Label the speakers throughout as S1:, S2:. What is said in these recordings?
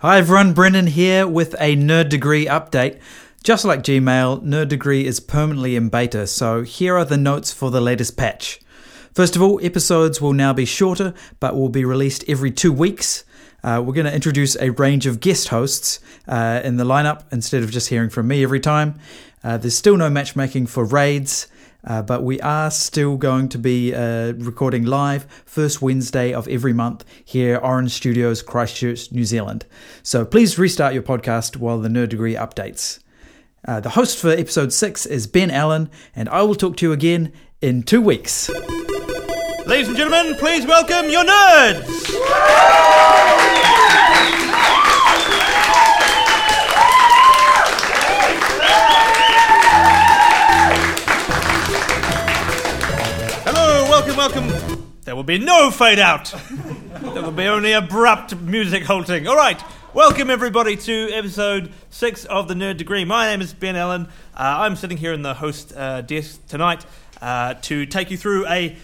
S1: Hi everyone, Brendan here with a Nerd Degree update. Just like Gmail, Nerd Degree is permanently in beta, so here are the notes for the latest patch. First of all, episodes will now be shorter, but will be released every two weeks. Uh, we're going to introduce a range of guest hosts uh, in the lineup instead of just hearing from me every time. Uh, there's still no matchmaking for raids, uh, but we are still going to be uh, recording live first Wednesday of every month here, Orange Studios, Christchurch, New Zealand. So please restart your podcast while the Nerd Degree updates. Uh, the host for episode six is Ben Allen, and I will talk to you again in two weeks.
S2: Ladies and gentlemen, please welcome your nerds! Hello, welcome, welcome. There will be no fade out. There will be only abrupt music halting. All right, welcome everybody to episode six of the Nerd Degree. My name is Ben Allen. Uh, I'm sitting here in the host uh, desk tonight uh, to take you through a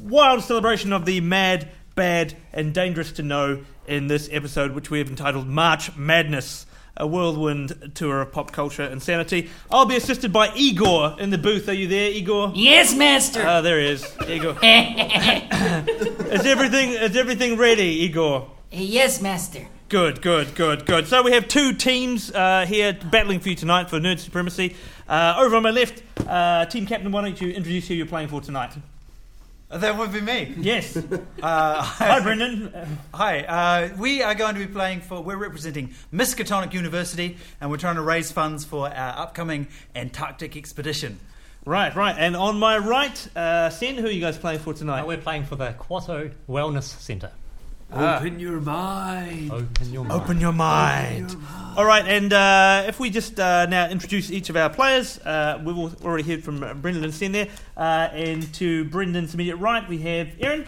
S2: wild celebration of the mad, bad, and dangerous to know in this episode, which we have entitled March Madness. A whirlwind tour of pop culture insanity. I'll be assisted by Igor in the booth. Are you there, Igor?
S3: Yes, master.
S2: Ah, there he is, Igor. is everything is everything ready, Igor?
S3: yes, master.
S2: Good, good, good, good. So we have two teams uh, here battling for you tonight for nerd supremacy. Uh, over on my left, uh, team captain. Why don't you introduce who you're playing for tonight?
S4: That would be me.
S2: Yes.
S4: Uh,
S2: Hi, Brendan. Uh,
S4: hi. Uh, we are going to be playing for. We're representing Miskatonic University, and we're trying to raise funds for our upcoming Antarctic expedition.
S2: Right, right. And on my right, uh, Sen. Who are you guys playing for
S5: Uh,
S2: tonight?
S5: we're playing for the Quato Wellness Centre. Ah.
S6: Open your mind.
S5: Open your mind.
S2: Open your mind. All right, and uh, if we just uh, now introduce each of our players, uh, we've al- already heard from uh, Brendan and Sen there. Uh, and to Brendan's immediate right, we have Erin.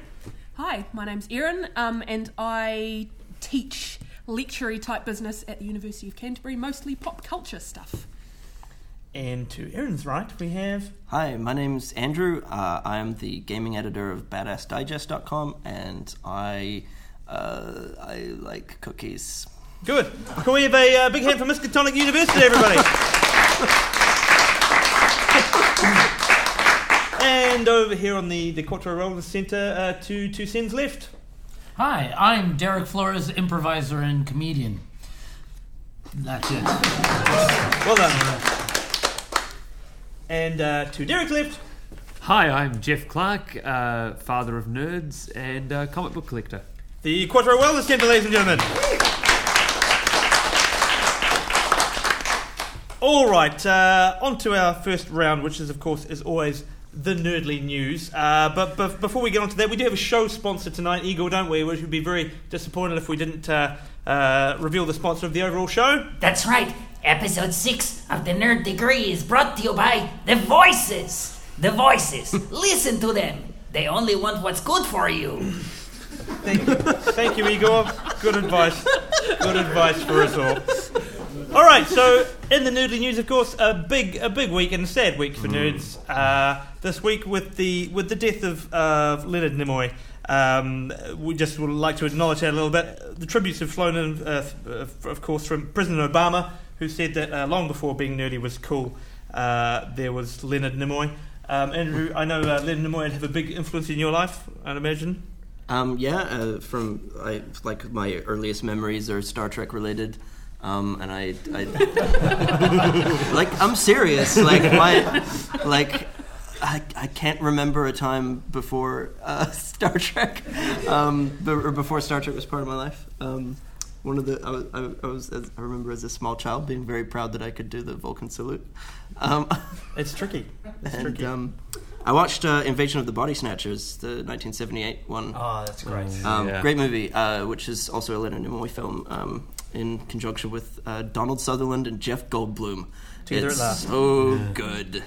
S7: Hi, my name's Erin, um, and I teach lectury type business at the University of Canterbury, mostly pop culture stuff.
S2: And to Erin's right, we have.
S8: Hi, my name's Andrew. Uh, I'm the gaming editor of BadassDigest.com, and I uh, I like cookies.
S2: Good. Can we have a uh, big hand for Miskatonic University, everybody? and over here on the, the Quattro Rollers Centre, uh, to, to Sen's left.
S9: Hi, I'm Derek Flores, improviser and comedian. That's it.
S2: Well done. And uh, to Derek's left.
S6: Hi, I'm Jeff Clark, uh, father of nerds and uh, comic book collector.
S2: The Quattro Wellness Centre, ladies and gentlemen. All right, uh, on to our first round, which is, of course, as always, the nerdly news. Uh, but, but before we get on to that, we do have a show sponsor tonight, Eagle, don't we? Which would be very disappointed if we didn't uh, uh, reveal the sponsor of the overall show.
S3: That's right. Episode 6 of The Nerd Degree is brought to you by The Voices. The Voices. Listen to them. They only want what's good for you.
S2: Thank you. Thank you, Igor. Good advice. Good advice for us all. All right, so in the nerdly news, of course, a big, a big week and a sad week for
S4: Mm.
S2: nerds. Uh, this week with the with the death of of Leonard Nimoy, um, we just would like to acknowledge that a little bit. The tributes have flown in, uh, f- of course, from President Obama, who said that uh, long before being nerdy was cool, uh, there was Leonard Nimoy. Um, Andrew, I know uh, Leonard Nimoy would have a big influence in your life, I'd imagine.
S8: Um, yeah, uh, from I, like my earliest memories are Star Trek related, um, and I, I like I'm serious. Like my like. I, I can't remember a time before uh, Star Trek, um, be- or before Star Trek was part of my life. Um, one of the I was, I, I was as, I remember as a small child being very proud that I could do the Vulcan salute. Um,
S2: It's tricky. It's
S8: and
S2: tricky.
S8: um, I watched uh, Invasion of the Body Snatchers, the 1978 one.
S4: Oh, that's great.
S8: Um,
S6: Yeah.
S8: Great movie, uh, which is also a Leonard Nimoy film um, in conjunction with uh, Donald Sutherland and Jeff Goldblum.
S2: Together at
S8: it's
S2: last.
S8: so good.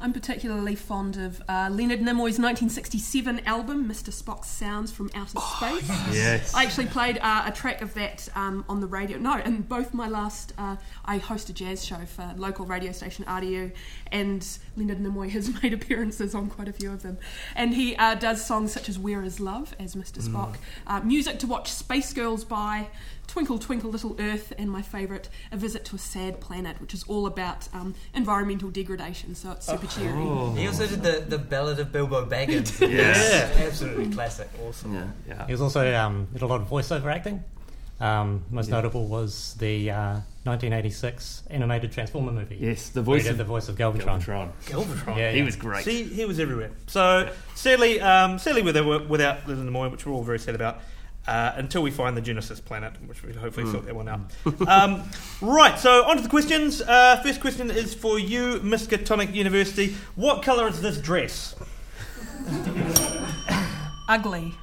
S7: I'm particularly fond of uh, Leonard Nimoy's 1967 album, Mr. Spock's Sounds from Outer Space.
S6: Yes.
S7: I actually played uh, a track of that um, on the radio. No, in both my last, uh, I host a jazz show for local radio station RDU, and Leonard Nimoy has made appearances on quite a few of them. And he uh, does songs such as "Where Is Love" as Mr. Spock, uh, music to watch Space Girls by, Twinkle Twinkle Little Earth, and my favourite, A Visit to a Sad Planet, which is all about um, environmental degradation. So it's super cheery.
S4: He also did the, the Ballad of Bilbo Baggins.
S6: Yes.
S4: Yeah, absolutely classic. Awesome.
S8: Yeah.
S6: Yeah.
S5: He was also um, did a lot of voiceover acting. Um, most notable was the uh, 1986 animated Transformer movie.
S6: Yes, the
S5: where he
S6: voice
S5: did
S6: of
S5: the voice of Galvatron.
S6: Galvatron.
S5: Yeah,
S6: He
S5: yeah.
S6: was great.
S2: See, he was everywhere. So sadly, um, sadly, with, without Liz in the Moy, which we're all very sad about, uh, until we find the Genesis planet, which we hopefully sort that one out.
S6: Hmm.
S2: um, right. So on to the questions. Uh, first question is for you, Miskatonic University. What colour is this dress?
S7: Ugly.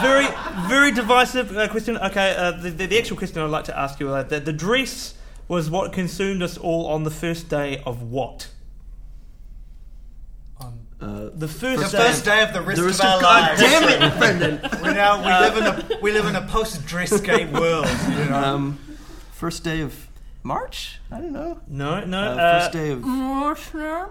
S2: Very, very divisive uh, question. Okay, uh, the, the, the actual question I'd like to ask you: uh, the, the dress was what consumed us all on the first day of what?
S8: Uh,
S2: The first,
S4: The
S2: day.
S4: first day of the rest,
S8: the rest
S4: of our
S8: of God
S4: lives.
S8: damn it, Brendan.
S4: We now we live in a we live in a post dress gate world. You know?
S8: Um, first day of March? I don't know.
S2: no, no.
S8: Uh,
S2: uh,
S8: first day of
S7: Mushroom.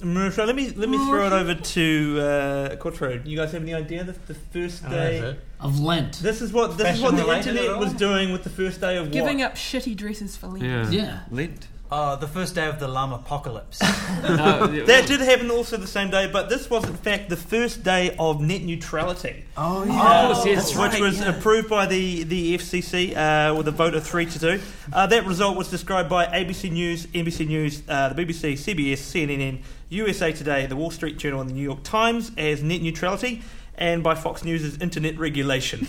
S2: Marusha, let me let me throw it over to uh, Quattro. You guys have any idea the, the first
S5: Oh,
S2: day?
S5: that's it.
S9: of Lent.
S2: This is what this is what the
S4: Fashion-related at
S2: internet
S4: all?
S2: was doing with the first day of
S7: Giving
S2: what?
S7: up shitty dresses for Lent.
S6: Yeah.
S9: Yeah.
S6: Lent.
S4: Oh, the first day of the Lum apocalypse.
S6: No, it
S2: That did happen also the same day, but this was in fact the first day of net neutrality,
S8: oh yeah,
S6: course, yes.
S8: That's
S2: which
S8: right,
S2: was
S8: yeah.
S2: approved by the the E FCC uh, with a vote of three to two. Uh, that result was described by ABC News, NBC News, uh, the BBC, CBS, CNN, USA Today, the Wall Street Journal, and the New York Times as net neutrality, and by Fox News as internet regulation.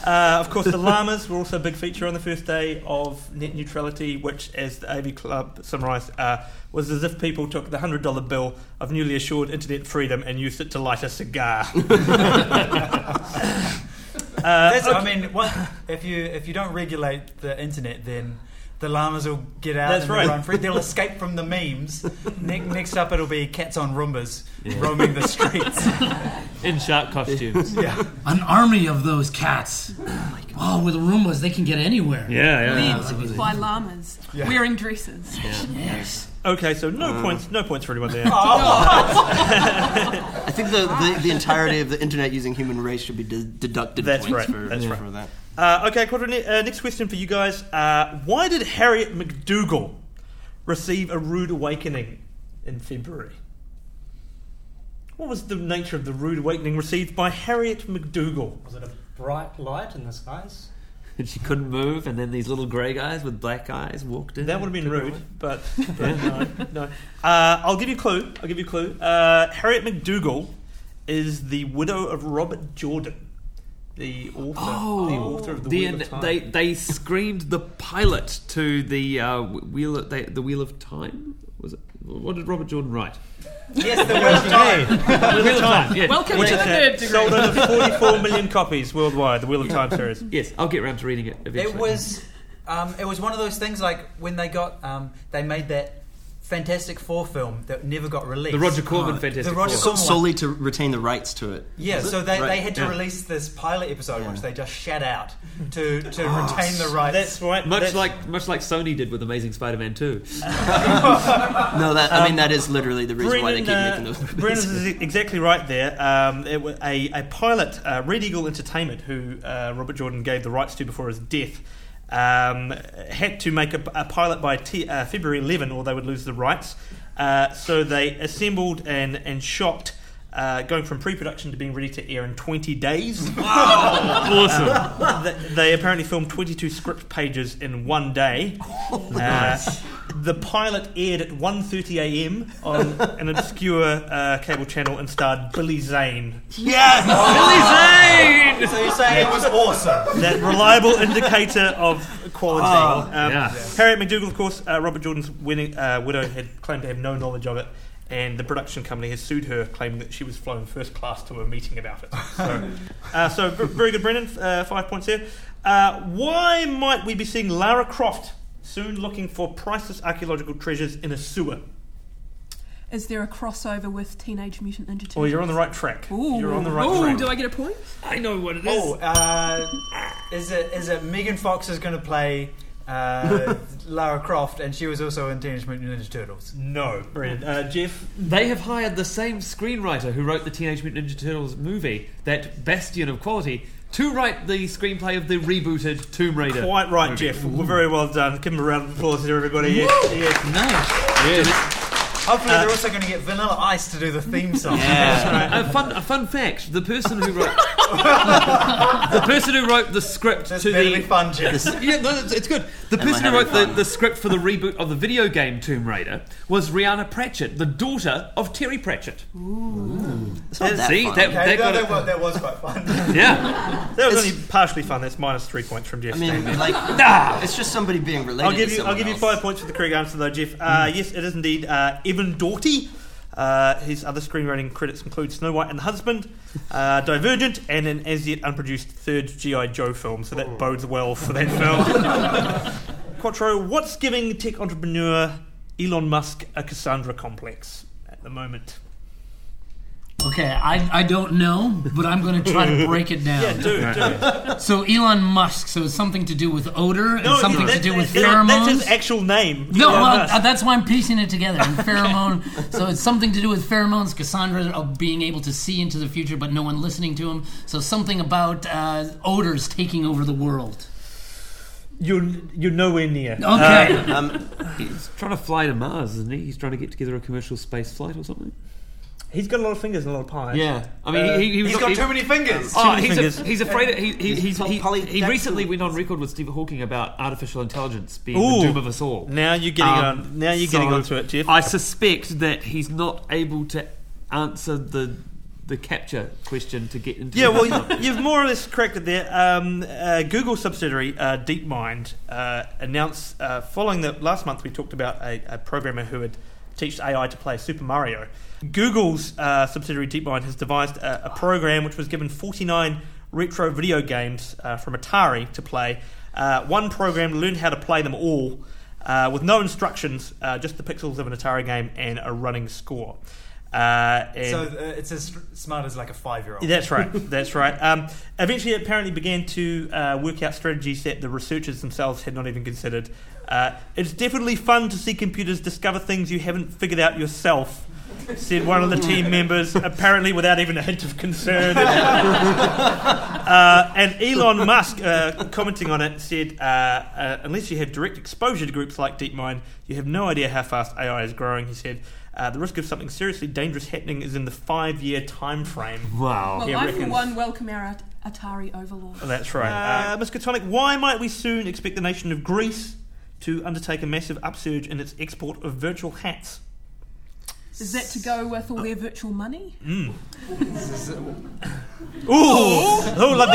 S2: Uh, of course, the llamas were also a big feature on the first day of net neutrality, which, as the AV Club summarised, uh, was as if people took the $100 bill of newly assured internet freedom and used it to light a cigar.
S4: That's, Uh, I mean, what, if you if you don't regulate the internet, then the llamas will get out
S2: That's
S4: and
S2: right.
S4: run free. They'll escape from the memes. ne- next up, it'll be cats on Roombas roaming the streets.
S6: in shark costumes. yeah,
S9: An army of those cats. Oh, with Roombas, they can get anywhere.
S6: yeah.
S7: Led by llamas wearing dresses.
S9: Yes.
S2: okay, so no
S8: Mm.
S2: points no points for anyone there. Oh.
S8: I think the, the, the entirety of the internet using human race should be de- deducted
S2: That's
S8: points
S2: right,
S8: for,
S2: that's
S8: for
S2: right.
S8: that.
S2: Uh, okay, Quadrant, uh, next question for you guys. Uh, why did Harriet McDougal receive a rude awakening in February? What was the nature of the rude awakening received by Harriet McDougal?
S5: Was it a bright light in the skies?
S6: And she couldn't move, and then these little grey guys with black eyes walked in.
S2: That would have been rude, but, but no, no. Uh, I'll give you a clue. I'll give you a clue. Uh, Harriet McDougal is the widow of Robert Jordan, the author,
S9: Oh.
S2: the
S8: Oh,
S2: author of the Wheel
S6: Then
S2: of Time.
S6: they they screamed the pilot to the uh, wheel of, they, the wheel of time was it? What did Robert Jordan write?
S4: yes, the worst time.
S6: the wheel of time. Yeah.
S7: Welcome
S2: Which
S7: to the nerd
S2: has
S7: degree.
S2: sold over 44 million copies worldwide. The Wheel of Time series.
S6: Yes, I'll get around to reading it eventually.
S4: It was, um, it was one of those things like when they got, um, they made that Fantastic Four film that never got released. Oh,
S6: the Roger Corman fantastic.
S4: the Roger
S6: Four.
S4: Corman one.
S8: Solely to retain the rights to it.
S4: Yeah,
S8: was it?
S4: so they,
S8: Right,
S4: they had to
S6: yeah.
S4: release this pilot episode,
S8: Yeah.
S4: which they just shat out to, to retain the rights.
S2: That's right.
S6: Much
S2: that's-
S6: like much like Sony did with Amazing Spider-Man 2.
S8: No, that I mean that is literally the reason why they keep making
S2: uh,
S8: those movies.
S2: Brennan is ex- exactly right there. Um, it was a, a pilot, uh, Red Eagle Entertainment, who uh, Robert Jordan gave the rights to before his death, um, had to make a, a pilot by t- uh, February 11 or they would lose the rights. Uh, so they assembled and, and shot. Uh, going from pre-production to being ready to air in 20 days.
S6: awesome.
S2: Th- they apparently filmed 22 script pages in one day. Uh, the pilot aired at 1.30 a.m. on an obscure uh, cable channel and starred Billy Zane.
S6: Billy Zane.
S4: so you say it was awesome.
S2: That reliable indicator of quality. um,
S6: Yeah.
S2: Harriet McDougal, of course, uh, Robert Jordan's winning, uh, widow, had claimed to have no knowledge of it. And the production company has sued her, claiming that she was flown first class to a meeting about it. So, uh, so v- very good, Brendan. Uh, five points there. Uh, why might we be seeing Lara Croft soon looking for priceless archaeological treasures in a sewer?
S7: Is there a crossover with Teenage Mutant Ninja Turtles?
S2: Well, you're on the right track.
S7: Ooh.
S2: You're on the right
S7: Ooh,
S2: track.
S7: do I get a point?
S6: I know what it is.
S4: Oh, uh, is it is it Megan Fox is going to play uh, Lara Croft, and she was also in Teenage Mutant Ninja Turtles.
S2: No, brilliant. Uh, Jeff,
S6: They have hired the same screenwriter who wrote the Teenage Mutant Ninja Turtles movie, that bastion of quality, to write the screenplay of the rebooted Tomb Raider.
S2: quite right, Jeff. Well, very well done. Give him a round of applause to everybody. Yes, yes.
S9: Nice.
S4: Hopefully,
S6: Uh,
S4: they're also going to get Vanilla Ice to do the theme song.
S6: A fun, a fun fact: the person who wrote the person who wrote the script
S4: That's
S6: to
S4: better
S6: the
S4: be fun, Jim.
S6: yeah, no, it's, it's good. The
S8: I
S6: person who wrote
S8: having
S6: the,
S8: fun?
S6: the script for the reboot of the video game Tomb Raider was Rihanna Pratchett, the daughter of Terry Pratchett.
S8: It's not that
S6: See,
S8: fun.
S6: that-
S4: Okay,
S6: They
S4: no,
S6: got
S4: that,
S6: it.
S4: was, that was quite fun.
S6: Yeah,
S2: That was
S8: It's-
S2: only partially fun. That's minus three points from Jeff.
S8: I mean, like, it's just somebody being related.
S2: I'll give
S8: to
S2: you. I'll
S8: someone
S2: give you
S8: else.
S2: five points for the correct answer, though, Jeff.
S4: Hmm.
S2: Uh, yes, it is indeed uh, Evan Doughty. Uh, his other screenwriting credits include Snow White and the Husband, uh, Divergent, and an as yet unproduced third GI Joe film. So
S4: Oh.
S2: that bodes well for that film. Quattro, what's giving tech entrepreneur Elon Musk a Cassandra complex at the moment?
S9: Okay, I, I don't know, but I'm going to try to break it down.
S2: Yeah, dude, dude.
S9: So Elon Musk. So it's something to do with odor and something to
S2: that-
S9: do with
S2: that-
S9: pheromones.
S2: That's his actual name.
S9: no,
S2: Elon
S9: well,
S2: Musk.
S9: uh, that's why I'm piecing it together. And pheromone. so it's something to do with pheromones. Cassandra of being able to see into the future, but no one listening to him. So something about uh, odors taking over the world.
S2: you're you're nowhere near.
S9: Okay.
S3: Uh,
S8: Um,
S6: he's trying to fly to Mars, isn't he? He's trying to get together a commercial space flight or something.
S2: He's got a lot of fingers and a lot of pies. Ah,
S6: Yeah, I mean, he, he, he was
S4: He's got
S6: he-
S4: too many fingers.
S6: Oh, he's,
S2: fingers.
S6: a, he's afraid. Of, he, he, he's, he,
S8: poly-
S6: he
S8: that's
S6: recently
S8: the-
S6: went on record with Stephen Hawking about artificial intelligence being
S2: Ooh.
S6: the doom of us all.
S2: Now you're getting
S6: Um,
S2: on. Now you're getting
S6: so
S2: onto it, Jeff.
S6: I suspect that he's not able to answer the the capture question to get into.
S2: yeah,
S6: the-
S2: well, you've more or less corrected there. Um, uh, Google subsidiary uh, DeepMind uh, announced, uh, following that last month we talked about a, a programmer who had teached AI to play Super Mario. Google's uh, subsidiary DeepMind has devised a, a program which was given 49 retro video games uh, from Atari to play. Uh, one program learned how to play them all uh, with no instructions, uh, just the pixels of an Atari game and a running score. Uh, and
S4: So uh, it's as smart as like a five-year-old.
S2: that's right. That's right. Um, eventually, it apparently began to uh, work out strategies that the researchers themselves had not even considered. Uh, it's definitely fun to see computers discover things you haven't figured out yourself. Said one of the team members, apparently without even a hint of concern. Uh, and Elon Musk, uh, commenting on it, said, uh, uh, "Unless you have direct exposure to groups like DeepMind, you have no idea how fast AI is growing." He said, uh, "The risk of something seriously dangerous happening is in the five-year time frame."
S6: wow.
S7: Well,
S2: Yeah,
S7: I for
S2: Oh, reckons.
S7: one welcome our At- Atari overlord.
S2: That's right. Uh, Ms. Katonic, why might we soon expect the nation of Greece to undertake a massive upsurge in its export of virtual hats?
S7: Is that to go with all their virtual money?
S2: Ooh! Oh, like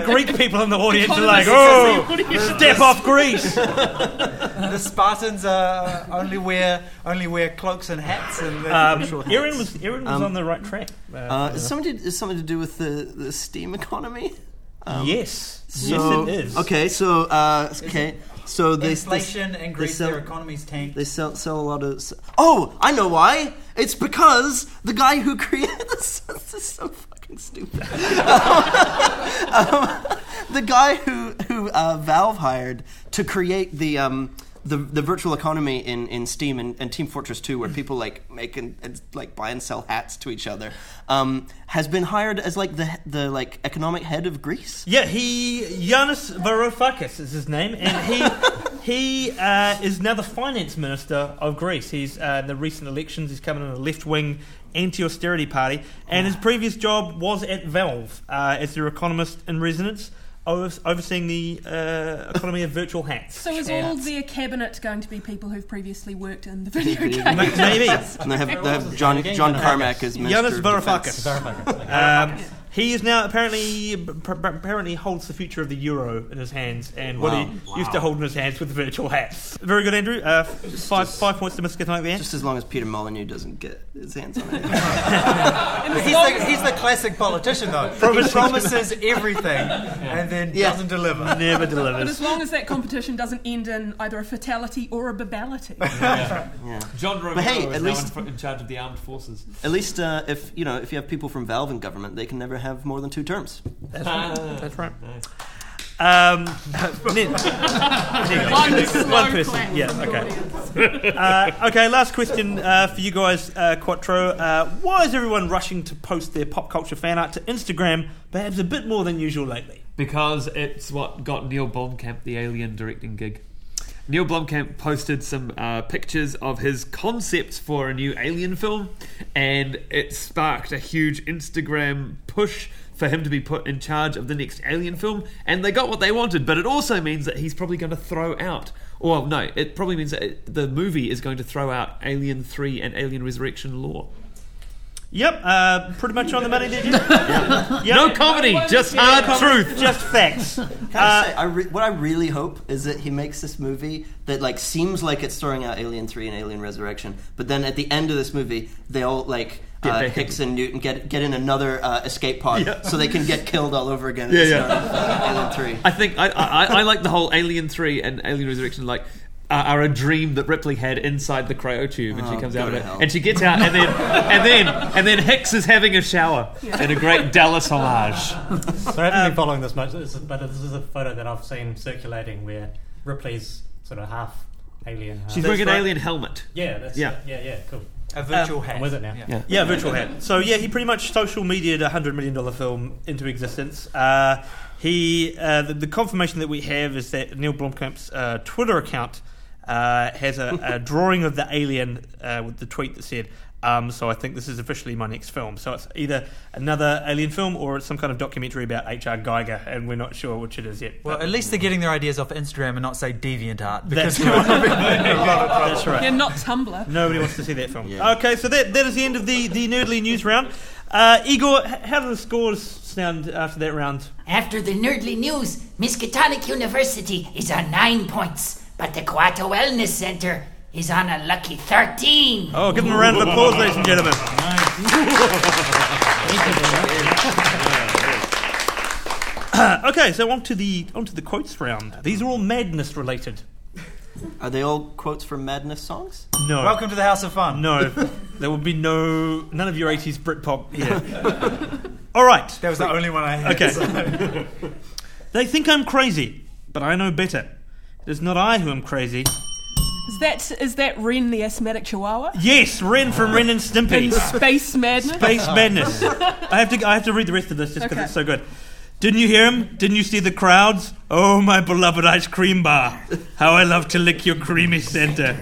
S2: the Greek, the Greek people in the audience are like,
S7: Economists
S2: oh,
S7: in the audience.
S2: step off Greece!
S4: The Spartans uh, only wear only wear cloaks and hats and they're
S2: Um,
S4: short hats.
S2: Erin was, Erin was
S8: Um,
S2: on the right track. Uh,
S8: uh, is something is something to do with the, the steam economy. Um,
S2: yes.
S8: So,
S2: yes, it is.
S8: Okay, so uh, okay, so they
S4: inflation
S8: they,
S4: and Greece,
S8: sell-
S4: their economy's tanked.
S8: They sell, sell a lot of. s- Oh, I know why. It's because the guy who created this, this is so fucking stupid. Um, the guy who who uh, Valve hired to create the. Um, the, the virtual economy in, in Steam and, and Team Fortress 2, where people like make and, and like buy and sell hats to each other, um, has been hired as like the the like economic head of Greece.
S2: Yeah, he Yanis Varoufakis is his name, and he he uh, is now the finance minister of Greece. He's uh, in the recent elections. He's coming in a left-wing anti-austerity party, and his previous job was at Valve uh, as their economist in residence, over- overseeing the uh, economy of virtual hats.
S7: So is all their cabinet going to be people who've previously worked in the video game?
S2: Ma- Maybe
S8: And they have, they have John, John Carmack as
S2: Yanis
S8: Minister of Defense.
S2: Varoufakis. Um, he is now apparently p- p- apparently holds the future of the euro in his hands, and what
S8: Wow.
S2: he used to hold in his hands with virtual hats. Very good, Andrew. Uh, f- five five points to Miss Katonic there.
S8: Just as long as Peter Molyneux doesn't get his hands on it.
S4: He's the, he's the classic politician, though. he promises everything and then
S8: Yeah.
S4: doesn't deliver.
S2: Never
S7: But
S2: delivers.
S7: as long as that competition doesn't end in either a fatality or a babality.
S6: John Romero
S8: hey,
S6: is
S8: at
S6: now
S8: least-
S6: in, fr- in charge of the armed forces.
S8: At least uh, if you know if you have people from Valve in government, they can never have more than two terms.
S2: That's right. Um, Nin-
S7: One slow
S2: One person.
S7: clap
S2: Yeah.
S7: from the
S2: Okay.
S7: audience.
S2: Uh, okay. Last question uh, for you guys, uh, Quattro. Uh, why is everyone rushing to post their pop culture fan art to Instagram, perhaps a bit more than usual lately?
S6: Because it's what got Neil Blomkamp the Alien directing gig. Neil Blomkamp posted some uh, pictures of his concepts for a new Alien film, and it sparked a huge Instagram push for him to be put in charge of the next Alien film. And they got what they wanted, but it also means that he's probably going to throw out. Well, no, it probably means that it, the movie is going to throw out Alien 3 and Alien Resurrection lore.
S2: Yep. Uh, pretty much on the money. Did you? Yep.
S6: No comedy, just hard truth.
S2: Just facts.
S8: Can
S6: Uh,
S8: I say, I re- what I really hope is that he makes this movie that like seems like it's throwing out Alien Three and Alien Resurrection, but then at the end of this movie, they'll like
S6: Get
S8: uh,
S6: back
S8: Hicks and Newton get get in another uh, escape pod so they can get killed all over again. At
S6: Yeah,
S8: the
S6: yeah.
S8: start of, uh, Alien Three.
S6: I think I, I, I like the whole Alien Three and Alien Resurrection like are are a dream that Ripley had inside the cryo tube, and she
S8: Oh,
S6: comes
S8: go
S6: out of
S8: to
S6: it,
S8: hell.
S6: and she gets out, and then and then and then Hicks is having a shower in a great Dallas homage.
S5: So I haven't been following this much, this is- but this is a photo that I've seen circulating where Ripley's sort of half alien. Half.
S6: She's wearing an alien helmet.
S5: yeah, that's
S6: Yeah.
S5: yeah, yeah, cool.
S4: A virtual hat.
S5: I'm with it now.
S4: Yeah.
S2: Yeah, virtual hat. So yeah, he pretty much social mediaed a hundred million dollar film into existence. Uh, he uh, the, the confirmation that we have is that Neil Blomkamp's uh, Twitter account uh, has a, a drawing of the alien uh, with the tweet that said. Um, so I think this is officially my next film. So it's either another alien film or it's some kind of documentary about H.R. Geiger, and we're not sure which it is yet.
S4: Well,
S2: But-
S4: at least they're getting their ideas off Instagram and not say DeviantArt because
S2: that's right. That's right.
S7: Yeah, not Tumblr.
S2: Nobody wants to see that film.
S8: Yeah.
S2: Okay, so that, that is the end of the, the Nerdly News round. Uh, Igor, h- how do the scores sound after that round?
S3: After the Nerdly News, Miskatonic University is on nine points, but the Coato Wellness Center is on a lucky 13.
S2: Oh, give them a round of applause, ladies and gentlemen. okay, so on to the on to the quotes round. These are all madness related.
S8: Are they all quotes from Madness songs?
S2: No,
S4: welcome to the House of Fun.
S2: no, there will be no none of your eighties Britpop here. all right,
S4: That was the only one I had.
S2: Okay. they think I'm crazy, but I know better. It is not I who am crazy.
S7: Is that is that Ren the asthmatic chihuahua
S2: Yes, Ren from Ren and
S7: in
S2: Stimpy.
S7: Space Madness?
S2: Space Madness. I have to. I have to read the rest of this just because
S7: Okay.
S2: it's so good. Didn't you hear him? Didn't you see the crowds? Oh, my beloved ice cream bar! How I love to lick your creamy center,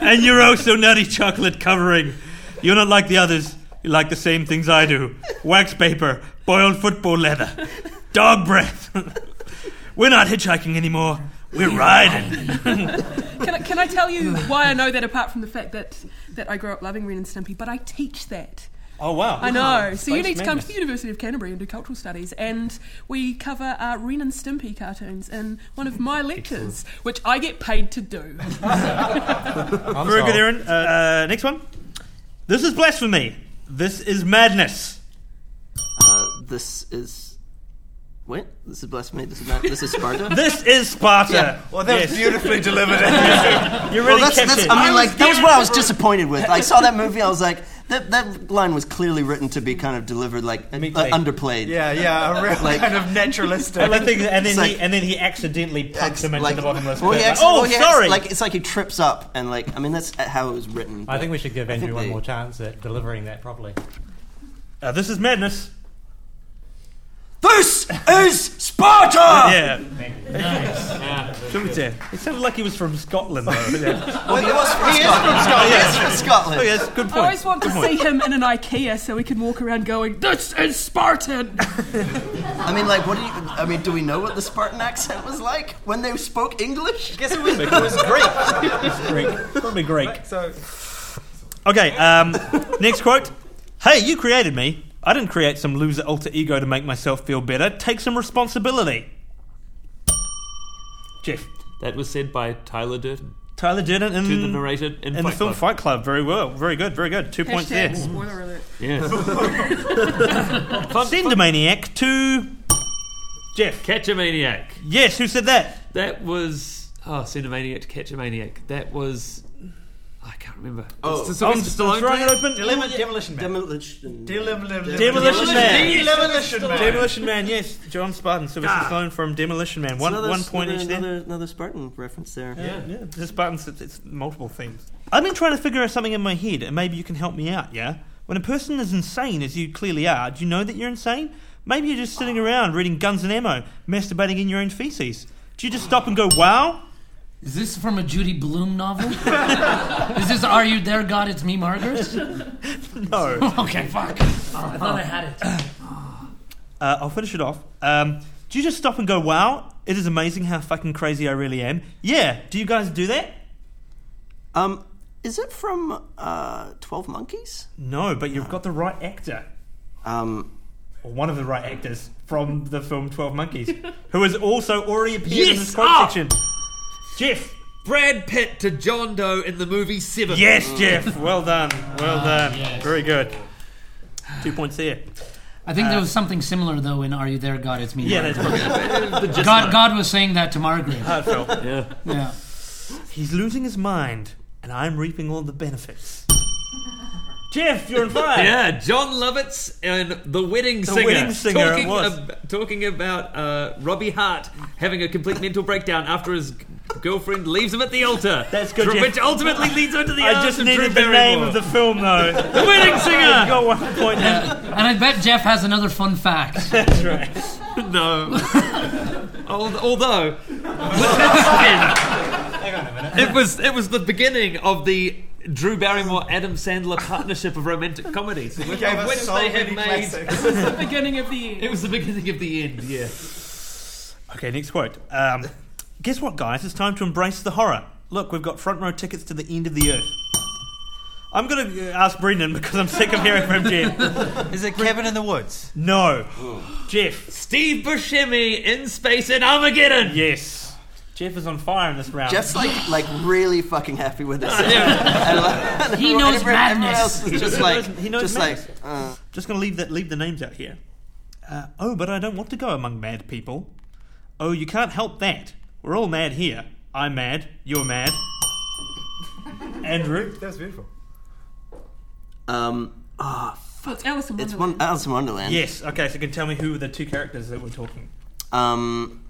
S2: and your oh so nutty chocolate covering. You're not like the others. You like the same things I do: wax paper, boiled football leather, dog breath. We're not hitchhiking anymore. We're riding.
S7: Can I, can I tell you why I know that apart from the fact that, that I grew up loving Ren and Stimpy, but I teach that.
S2: Oh wow!
S7: I know. So you need to come to the University of Canterbury and do cultural studies. And we cover uh, Ren and Stimpy cartoons in one of my lectures, which I get paid to do.
S2: Very good, Aaron. Uh, uh, next one. This is blasphemy. This is madness.
S8: Uh, this is. Wait, this is blasphemy. This is not. This is Sparta.
S2: This is Sparta.
S4: Well, that was beautifully delivered.
S2: You really
S8: well, that's,
S2: kept
S8: that's
S2: it.
S8: I mean, like that was what I was disappointed with. I saw that movie. I was like, that that line was clearly written to be kind of delivered like uh,
S2: Meekly.
S8: underplayed.
S4: yeah, yeah, a real
S8: Like-
S4: kind of naturalistic.
S2: And I think- and then
S8: It's
S2: he
S8: like-
S2: and then he accidentally punched him into
S8: like-
S2: the bottomless
S8: well,
S2: pit.
S8: he
S2: Like,
S8: acts-
S2: oh,
S8: well, he acts-
S2: sorry.
S8: like it's like he trips up and like I mean that's how it was written.
S5: I think we should give
S8: think
S5: Andrew one
S8: they-
S5: more chance at delivering that properly.
S2: Uh, this is madness.
S8: this is Sparta.
S2: Yeah. Should we say? It sounded like he was from Scotland, though. yeah.
S8: Well, he was from Scotland. He is from Scotland.
S2: Oh, yes, good
S7: I always
S2: point.
S7: want to see him in an IKEA so we can walk around going, This is Spartan!
S8: I mean, like, what do you? I mean, do we know what the Spartan accent was like when they spoke English?
S4: guess it was, it was great.
S2: Greek. Probably Greek.
S4: So
S2: Okay, um, next quote. Hey, you created me. I didn't create some loser alter ego to make myself feel better. Take some responsibility. Jeff.
S6: That was said by Tyler Durden
S2: Tyler Durden in,
S6: to the narrator in,
S2: Mm. in the
S6: Fight
S2: film
S6: Club.
S2: Fight Club. Very well. Very good. Very good. Two points there.
S7: Hashtag spoiler alert.
S6: Yes.
S2: Cindermaniac to Jeff.
S6: Catch a maniac.
S2: Yes, who said that?
S6: That was oh, Cinemaniac to Catch a Maniac. That was I can't remember.
S8: Oh.
S6: It's Sylvester Stallone.
S2: throwing it open.
S4: Demolition, demolition man.
S8: Demolition.
S4: Demolition,
S2: Demolition Man.
S4: Demolition man.
S2: Demolition Man, yes, John Spartan, Sylvester
S6: Ah.
S2: Stallone from Demolition Man. One,
S8: Another-
S2: one point each there.
S8: another, another Spartan reference there.
S2: Yeah, this button's it's, it's multiple themes. I've been trying to figure out something in my head, and maybe you can help me out. Yeah, when a person is insane, as you clearly are, do you know that you're insane? Maybe you're just sitting around reading Guns and Ammo, masturbating in your own feces. Do you just stop and go, "Wow"?
S9: Is this from a Judy Bloom novel? Is this Are You There, God? It's Me, Margaret?
S2: No.
S9: Okay, fuck. Oh, I thought I had it.
S2: Uh, I'll finish it off. Um, do you just stop and go, "Wow"? It is amazing how fucking crazy I really am. Yeah. Do you guys do that?
S8: Um, is it from uh, Twelve Monkeys?
S2: No, but you've got the right actor.
S8: Um,
S2: or one of the right actors from the film Twelve Monkeys, who has also already appeared in this
S6: Yes!
S2: quote
S6: Ah!
S2: section. Jeff.
S6: Brad Pitt to John Doe in the movie Seven.
S2: Yes, Jeff. Well done. Well done. Very good. Two points there.
S9: I think
S3: Uh,
S9: there was something similar, though, in Are You There, God? It's Me,
S2: Yeah,
S9: Margaret.
S2: that's probably
S9: God, God was saying that to Margaret.
S2: heartfelt.
S9: Yeah.
S2: He's losing his mind, and I'm reaping all the benefits. Jeff, you're on fire.
S6: Yeah, John Lovitz and the Wedding Singer.
S2: Wedding Singer, it
S6: talking,
S2: was.
S6: ab- talking about uh, Robbie Hart having a complete mental breakdown after his g- girlfriend leaves him at the altar.
S2: That's good,
S6: Dr-
S2: Jeff.
S6: Which ultimately leads on to the
S2: I
S6: arms
S2: just
S6: of
S2: needed
S6: Drew
S2: the name
S6: Barrymore.
S2: of the film, though.
S6: The Wedding
S2: I've
S6: Singer.
S2: got one point now.
S9: And I bet Jeff has another fun fact.
S2: That's right.
S6: no. Al- Although, it was it was the beginning of the. Drew Barrymore Adam Sandler partnership of romantic comedies, which
S4: Gave
S6: of which
S4: us so
S6: they have
S4: many
S6: made.
S4: classics.
S7: Beginning of the year.
S6: It was the beginning of the end, yeah.
S2: Okay, next quote. Um, guess what, guys? It's time to embrace the horror. Look, we've got front row tickets to the end of the earth. I'm going to ask Brendan because I'm sick of hearing from Jeff.
S4: Is it Cabin in the Woods?
S2: No. Jeff.
S6: Steve Buscemi in space in Armageddon.
S2: Yes. Jeff is on fire in this round.
S8: Jeff's like like really fucking happy with this. And, like,
S9: He knows
S8: everyone- everyone
S9: madness.
S8: else is just
S2: He
S8: like
S2: knows- he knows
S8: just
S2: madness.
S8: like uh,
S2: Just going to leave that leave the names out here. Uh, oh, but I don't want to go among mad people. Oh, you can't help that. We're all mad here. I'm mad. You're mad. Andrew.
S4: That was beautiful.
S8: um. ah,
S7: But it's Alice in
S8: it's one
S7: Wonderland.
S8: Alice in Wonderland.
S2: Yes. Okay. So you can tell me who were the two characters that we're talking.
S8: Um.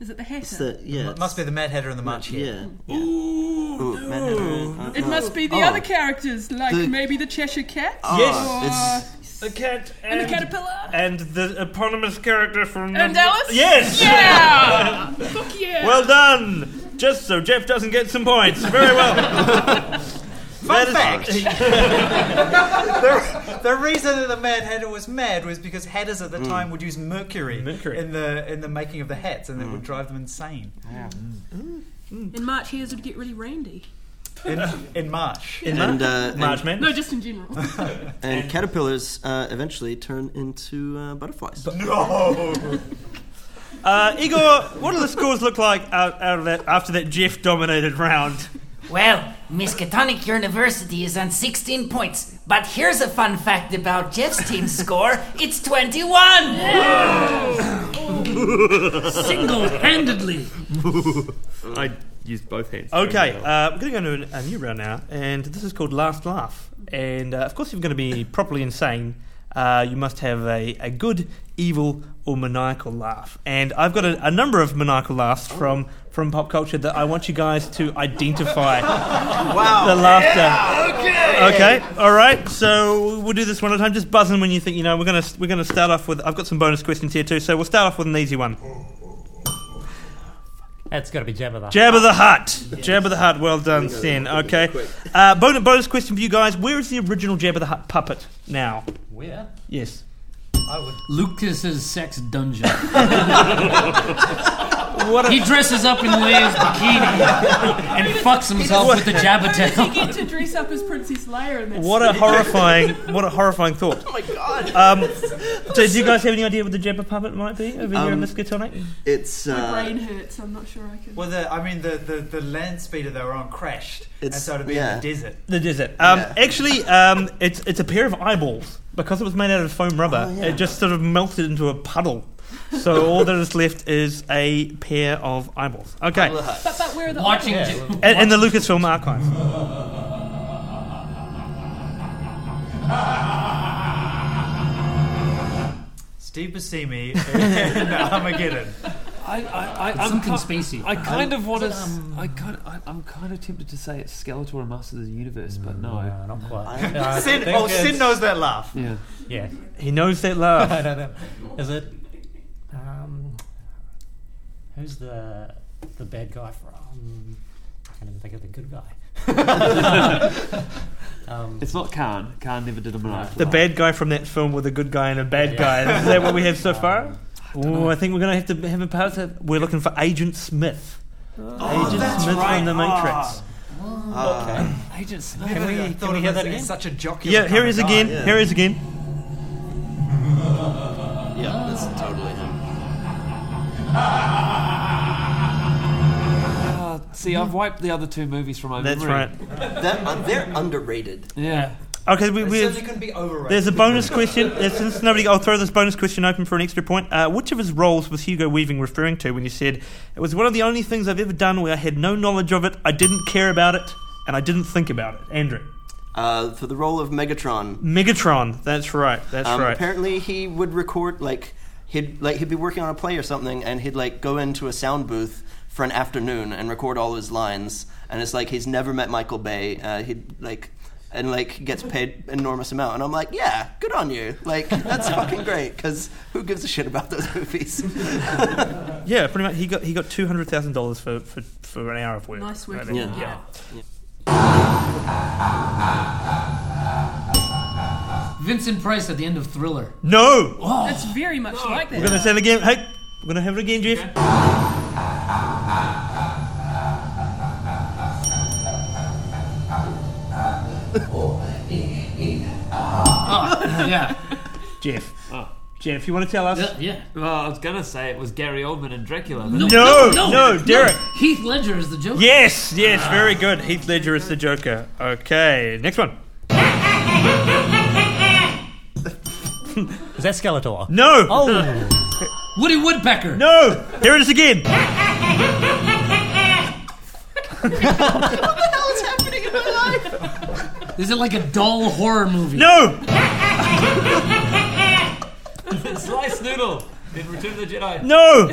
S7: Is it the
S8: uh, It's
S7: Hatter?
S8: the yeah.
S4: It must be the Mad Hatter and the March Hare.
S8: Yeah. Ooh, Mad Hatter. Uh,
S7: It must be the
S8: Oh.
S7: other characters, like
S8: The-
S7: maybe the Cheshire Cat
S8: oh,
S2: Yes.
S8: it's-
S2: The cat
S7: and the caterpillar.
S2: And the eponymous character from
S7: And Alice?
S2: Yes.
S7: Yeah! Fuck yeah!
S2: Well done. Just so Jeff doesn't get some points. Very well. That is-
S4: The reason that the Mad Hatter was mad was because hatters at the time would use mercury,
S2: Mercury.
S4: in the in the making of the hats, and that would drive them insane.
S7: in March, hairs would get really randy.
S4: In, in March,
S8: and uh,
S2: March
S8: and,
S2: man.
S7: No, just in general.
S8: and caterpillars uh, eventually turn into uh, butterflies.
S2: Uh, Igor, what do the scores look like out, out of that after that Jeff dominated round?
S3: Well, Miskatonic University is on 16 points, but here's a fun fact about Jeff's team's score it's 21!
S9: Single handedly.
S6: I used both hands.
S2: Okay, uh, we're going to go into a new round now, and this is called Last Laugh. And uh, of course, if you're going to be properly insane, uh, you must have a, a good, evil, or maniacal laugh. And I've got a, a number of maniacal laughs from, from pop culture that I want you guys to identify the
S8: Wow.
S2: laughter. okay. Okay. All right. So we'll do this one at a time. Just buzzing when you think you know. We're gonna we're gonna start off with. I've got some bonus questions here too. So we'll start off with an easy one.
S5: That's got to be Jabba the
S2: Jabba the Hutt. Jabba the Hutt. Well done, Sin. Okay. Uh, bonus bonus question for you guys. Where is the original Jabba the Hutt puppet now?
S9: Where?
S2: Yes.
S9: Lucas's sex dungeon.
S2: What a
S9: He dresses up in Leia's bikini and fucks himself with the Jabba
S7: How
S9: tail.
S7: did you get to dress up as Princess Leia in that
S2: what a horrifying what a horrifying thought. Oh my god. Um, so do you guys have any idea what the Jabba puppet might be over here in
S8: Um,
S2: this Miskatonic?
S8: It's
S7: My brain
S8: uh,
S7: hurts. I'm not sure I can.
S4: well, the I mean the, the, the land speeder they were on crashed, and
S8: It's-
S4: so to be
S8: yeah.
S4: in the desert.
S2: The desert. Um,
S8: Yeah.
S2: Actually, um, it's it's a pair of eyeballs. because it was made out of foam rubber,
S8: Oh,
S2: it just sort of melted into a puddle. So all that is left is a pair of eyeballs. Okay,
S8: Oh,
S7: But, but where are the
S9: Watching
S7: eyes?
S9: Jim-
S2: and, and the Lucasfilm archive.
S4: Steve Buscemi uh, in Armageddon.
S6: I, I, I,
S9: It's
S6: I'm
S9: something
S6: ki-
S9: spacey.
S6: I kind of want to.
S9: um,
S6: I kind. Of, I, I'm kind of tempted to say it's Skeletor and Masters of the Universe, but no.
S2: Mm.
S5: No, Oh, not quite. Uh, I
S4: Sin,
S5: think
S4: oh, Sin
S5: it's-
S4: knows that laugh.
S6: Yeah.
S5: Yeah.
S2: He knows that laugh.
S5: I don't know. Is it? Um, who's the the bad guy from? I can't even think of the good guy. um,
S6: It's not Khan. Khan never did a maniacal
S2: The
S6: laugh.
S2: bad guy from that film with a good guy and a bad guy. Is that what we have so far? Oh, I think we're going to have to have a part of We're looking for Agent Smith. Agent Smith from The Matrix.
S8: Okay.
S6: Agent Smith.
S4: Can we,
S5: can we hear that again?
S4: Such a jocular
S2: Yeah, here
S4: kind
S2: he is
S4: of guy.
S2: again.
S8: yeah.
S2: Here he is again.
S8: Yeah, that's totally him.
S6: Uh, see, I've wiped the other two movies from my
S2: That's
S6: memory.
S2: right.
S8: That, uh, they're underrated.
S6: Yeah.
S2: Okay, we,
S4: It
S2: we
S4: certainly
S2: have,
S4: couldn't be overrated.
S2: there's a bonus question. Uh, Since nobody, I'll throw this bonus question open for an extra point. Uh, which of his roles was Hugo Weaving referring to when you said it was one of the only things I've ever done where I had no knowledge of it, I didn't care about it, and I didn't think about it? Andrew,
S8: Uh, for the role of Megatron,
S2: Megatron. That's right. That's
S8: um,
S2: right.
S8: apparently he would record like he'd like he'd be working on a play or something, and he'd like go into a sound booth for an afternoon and record all his lines. And it's like he's never met Michael Bay. Uh, he'd like and like gets paid enormous amount. And I'm like, yeah, good on you. Like that's fucking great because who gives a shit about those movies?
S2: Yeah, pretty much. He got he got two hundred thousand dollars for, for for an hour of work.
S7: Nice work.
S2: Right.
S8: Yeah.
S7: Yeah.
S9: Vincent Price at the end of Thriller.
S2: No, we're
S7: It's very much like that.
S2: gonna say it again. Hey, we're gonna have it again, Jeff.
S9: yeah.
S2: Jeff, Jeff, you want to tell us?
S9: Yeah. yeah.
S6: Well, I was gonna say it was Gary Oldman and Dracula. but-
S2: No, no, Derek.
S9: Heath Ledger is the Joker.
S2: Yes, yes, very good. Heath Ledger is the Joker. Okay, next one.
S5: is that Skeletor?
S2: No,
S5: Oh,
S9: Woody Woodpecker.
S2: no, here it is again.
S9: Is it like a dull horror movie?
S2: No,
S6: Sliced noodle in Return of the Jedi.
S2: no.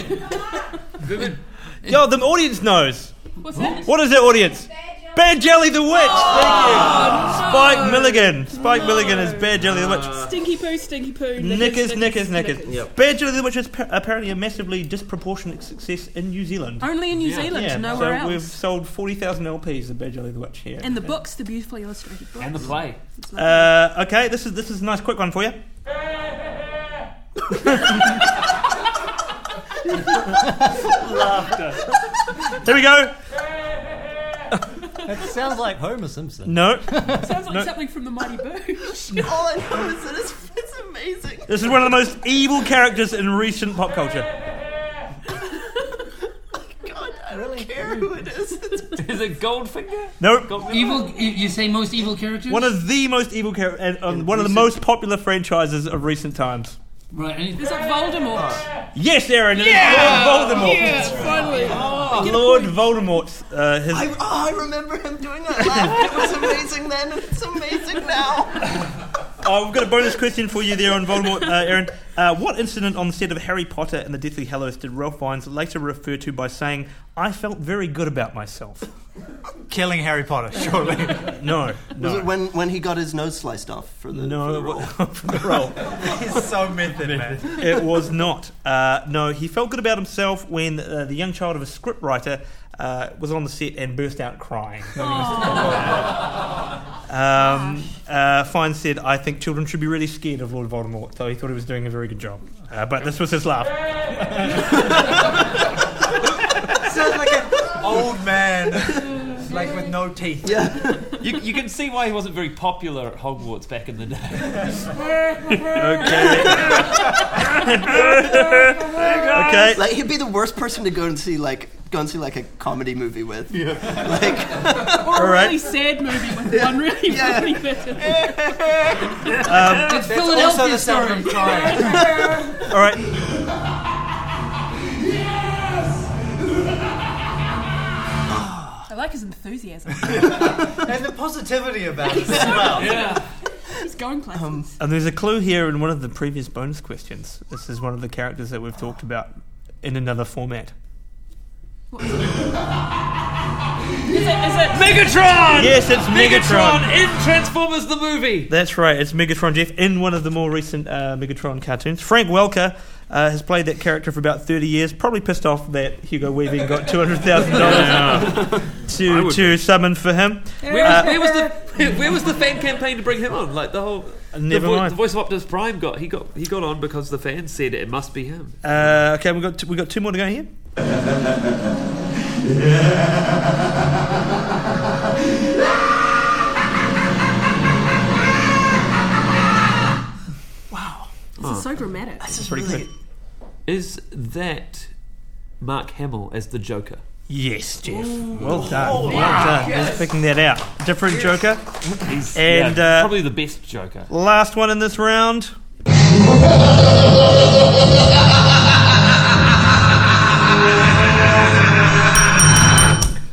S2: Yo, the audience knows.
S7: What's that?
S2: What is the audience? Bad Jelly the Witch.
S6: Ah!
S2: Thank you. Spike Milligan. Spike Milligan is Bad Jelly the Witch.
S7: Stinky poo, stinky poo.
S2: Knickers, knickers, knickers.
S8: Yep.
S2: Bad Jelly, which is pa- apparently a massively disproportionate success in New Zealand.
S7: Only in New
S6: Yeah.
S7: Zealand,
S2: so
S7: nowhere
S2: we've
S7: else.
S2: sold 40,000 LPs of Bad Jelly the Witch here.
S7: And the books, the beautifully illustrated books.
S6: And the play.
S7: It's lovely.
S2: Uh, okay, this is this is a nice quick one for you. Laughter. Here we go.
S5: it sounds like Homer Simpson.
S2: No,
S7: Sounds like something from the Mighty Boo.
S8: all I know is that it's, it's amazing.
S2: this is one of the most evil characters in recent pop culture.
S8: God, I don't care who it is. It's
S6: Is it Goldfinger?
S2: No,
S9: Evil. You you say most evil characters.
S2: one of the most evil characters, um, one of the most popular franchises of recent times.
S9: right. and-
S7: It's like Voldemort.
S2: Yes, Aaron. it is Lord Voldemort.
S7: finally.
S6: Oh,
S2: Lord Voldemort. Uh, his,
S8: I, oh, I remember him doing that laugh. It was amazing then, and it's amazing now.
S2: oh, we've got a bonus question for you there on Voldemort, uh, Aaron. Uh, what incident on the set of Harry Potter and the Deathly Hallows did Ralph Fiennes later refer to by saying, "I felt very good about myself"?
S4: Killing Harry Potter, surely.
S2: No, no,
S8: Was it when, when he got his nose sliced off for the, for the
S2: no.
S8: role?
S2: it wa- for the role.
S4: He's so method, man.
S2: It was not. Uh, no, he felt good about himself when uh, the young child of a scriptwriter. Uh, was on the set and burst out crying. Um, uh, Fine said, I think children should be really scared of Lord Voldemort, so he thought he was doing a very good job. Uh, but this was his laugh.
S4: Sounds like an old man, like with no teeth.
S6: You, you can see why he wasn't very popular at Hogwarts back in the day.
S2: Okay. okay.
S8: Like he'd be the worst person to go and see like go and see like a comedy movie with.
S7: Or a
S2: right.
S7: really sad movie with one really funny bit. in it.
S9: It's Philadelphia story.
S2: All right.
S7: I like his enthusiasm.
S4: and the positivity about it.
S7: He's going places.
S2: And there's a clue here in one of the previous bonus questions. This is one of the characters that we've talked about in another format.
S7: What was it? is it? Is it?
S6: Megatron!
S2: Yes, it's Megatron.
S6: in Transformers the movie!
S2: That's right, it's Megatron Jeff in one of the more recent uh, Megatron cartoons. Frank Welker uh, has played that character for about 30 years, probably pissed off that Hugo Weaving got $200,000
S6: I
S2: to,
S6: would
S2: to summon for him.
S6: Where was,
S2: Uh,
S6: where was the where was the fan campaign to bring him on? Like the whole the,
S2: Uh, Never
S6: voi-
S2: mind.
S6: the voice of Optimus Prime got he got he got on because the fans said it must be him.
S2: Uh, okay, we got t- we got two more to go here.
S7: This is so dramatic.
S8: It's
S2: Pretty quick.
S6: Is that Mark Hamill as the Joker?
S2: Yes, Jeff. Well done. well done. Just picking that out. Different Joker. and
S6: Yeah,
S2: uh,
S6: probably the best Joker.
S2: last one in this round.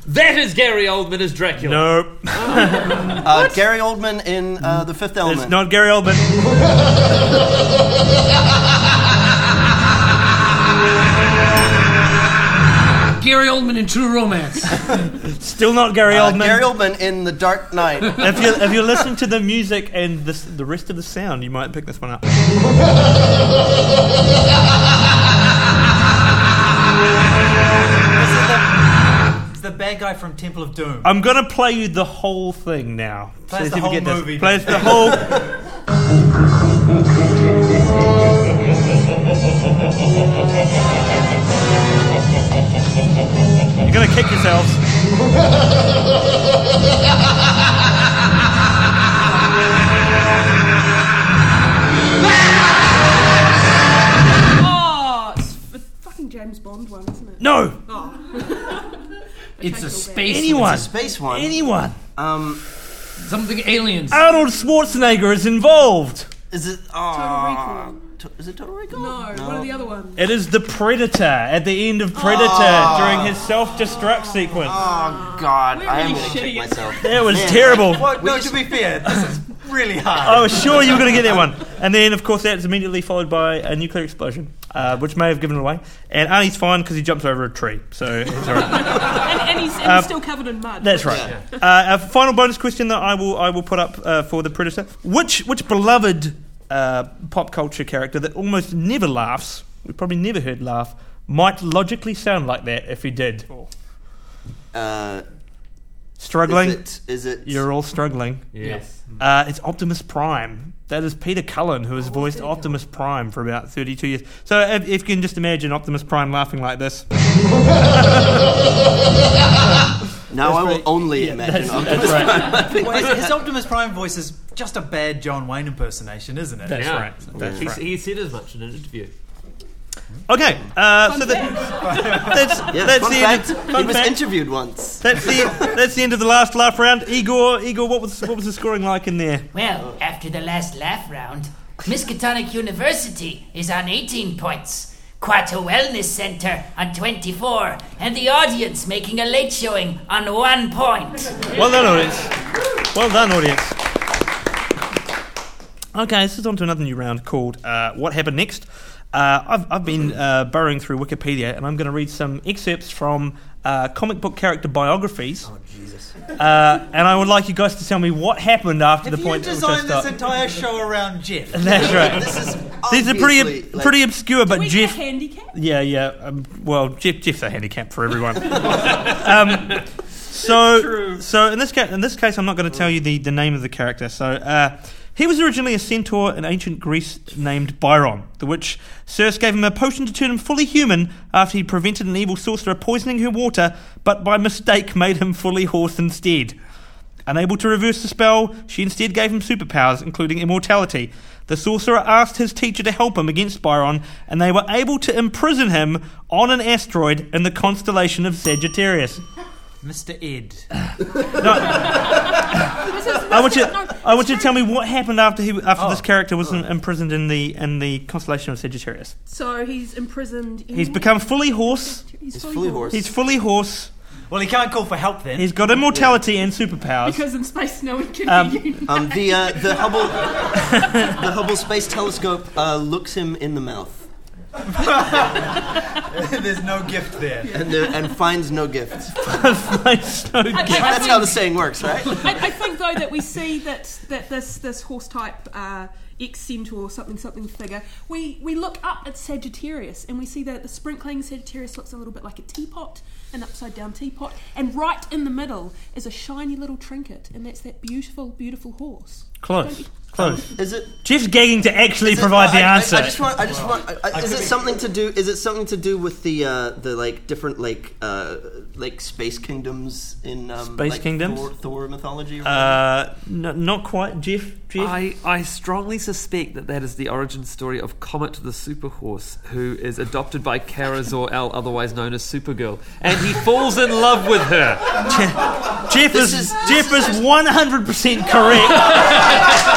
S6: That is Gary Oldman as Dracula.
S2: Nope.
S8: Uh, Gary Oldman in uh,
S2: Mm.
S8: The Fifth Element.
S2: It's not Gary Oldman.
S9: Gary Oldman in True Romance.
S2: Still not Gary
S8: Uh,
S2: Oldman.
S8: Gary Oldman in The Dark Knight.
S2: if you if you listen to the music and this, the rest of the sound, you might pick this one up.
S4: It's the bad guy from Temple of Doom.
S2: I'm gonna play you the whole thing now.
S4: Play us
S2: See if
S4: the
S2: you
S4: whole
S2: get this.
S4: movie.
S2: Play us the whole. You're gonna kick yourselves.
S7: Oh, it's the fucking James Bond one, isn't it?
S2: No,
S9: It's a space.
S2: anyone,
S8: Space one.
S2: anyone.
S8: Um,
S9: Something aliens.
S2: Arnold Schwarzenegger is involved.
S8: is it?
S7: Total
S8: aw,
S7: Recall.
S8: to- is it Total Recall?
S7: No, one of the other ones.
S2: It is the Predator at the end of Predator
S4: Ah.
S2: during his self-destruct sequence.
S8: Oh God, I am
S7: really
S8: gonna
S7: shitty
S8: kick
S7: at-
S8: myself.
S2: That was terrible.
S4: Well, no, to be fair, this is really hard.
S2: I was sure you were going to get that one. And then, of course, that's immediately followed by a nuclear explosion, uh, which may have given it away. And Arnie's fine because he jumps over a tree. So it's all right.
S7: And, and he's, and he's still covered in mud.
S2: Um, that's right. Uh, a final bonus question that I will I will put up uh, for the Predator: which which beloved uh, pop culture character that almost never laughs, we probably never heard laugh, might logically sound like that if he did?
S8: Uh,
S2: Struggling.
S8: is it? Is it?
S2: You're all struggling.
S6: Yes.
S2: Uh, it's Optimus Prime. That is Oh, Peter Cullen, who has voiced Optimus Prime for about 32 years. So if, if you can just imagine Optimus Prime laughing like this.
S8: now I will only imagine. Optimus Prime.
S4: Well, his, his Optimus Prime voice is just a bad John Wayne impersonation, isn't it?
S2: That's
S6: Yeah.
S2: right. That's
S6: He,
S2: right.
S6: he said as much in an interview.
S2: Okay, uh, so that, that's,
S8: Yeah,
S2: that's,
S8: fun
S2: the
S8: fact.
S2: End of,
S8: he
S2: fun
S8: was
S2: fact.
S8: interviewed once.
S2: that's the that's the end of the last laugh round. Igor, Igor, what was what was the scoring like in there?
S3: Well, after the last laugh round, Miskatonic University is on 18 points, Quattro Wellness Center on 24, and the audience making a late showing on one point.
S2: Well done, audience. Well done, audience. Okay, this is on to another new round called uh, What Happened Next. Uh, I've, I've been uh, burrowing through Wikipedia and I'm going to read some excerpts from uh, comic book character biographies. Oh, Jesus. Uh, and I would like you guys to tell me what happened after
S4: Have
S2: the
S4: you
S2: point at which I
S4: designed this
S2: stopped.
S4: entire show around Jeff?
S2: That's right.
S8: This is
S2: These are pretty,
S8: obviously, like,
S2: pretty obscure, but
S7: We
S2: Jeff.
S7: get handicapped.
S2: Yeah, yeah. Um, well, Jeff, Jeff's a handicap for everyone. um, so, so in this case, in this case, I'm not going to tell you the, the name of the character. So, uh, he was originally a centaur in ancient Greece named Byron, the which Circe gave him a potion to turn him fully human after he prevented an evil sorcerer poisoning her water, but by mistake made him fully horse instead. Unable to reverse the spell, she instead gave him superpowers, including immortality. The sorcerer asked his teacher to help him against Byron, and they were able to imprison him on an asteroid in the constellation of Sagittarius.
S4: Mr. Ed.
S7: This is-
S2: I want you.
S7: no,
S2: I want you to tell me what happened after he, after
S4: Oh.
S2: this character was im- imprisoned in the in the constellation of Sagittarius.
S7: So he's imprisoned. In
S2: He's become fully horse.
S7: He's,
S8: fully horse.
S2: He's fully horse.
S4: Well, he can't call for help then.
S2: He's got immortality and superpowers.
S7: Because in space, no one can
S2: Um,
S7: hear you.
S8: Um, the uh, the Hubble the Hubble Space Telescope uh, looks him in the mouth
S4: There's no gift there.
S8: and there, and finds no gift.
S2: So-
S7: I- I- I
S8: That's
S7: think-
S8: how the saying works, right?
S7: I, I think though that we see that that this this horse type uh, X centaur something something figure, we we look up at Sagittarius and we see that the sprinkling Sagittarius looks a little bit like a teapot, an upside down teapot, and right in the middle is a shiny little trinket, and that's that beautiful beautiful horse.
S2: Close. Close.
S8: Is it?
S2: Jeff's gagging to actually
S8: is it-
S2: provide the
S8: I- I-
S2: answer.
S8: I, just want. I just want. I, I, is it something to do? Is it something to do with the uh, the like different like uh, like space kingdoms in um,
S2: Space
S8: like,
S2: kingdoms?
S8: Thor, Thor mythology? Or
S2: uh, no, not quite, Jeff. Jeff.
S6: I, I strongly suspect that that is the origin story of Comet the Super Horse, who is adopted by Kara Zor-El, otherwise known as Supergirl, and he falls in love with her.
S2: Jeff is,
S8: is-
S2: Jeff is one hundred percent correct.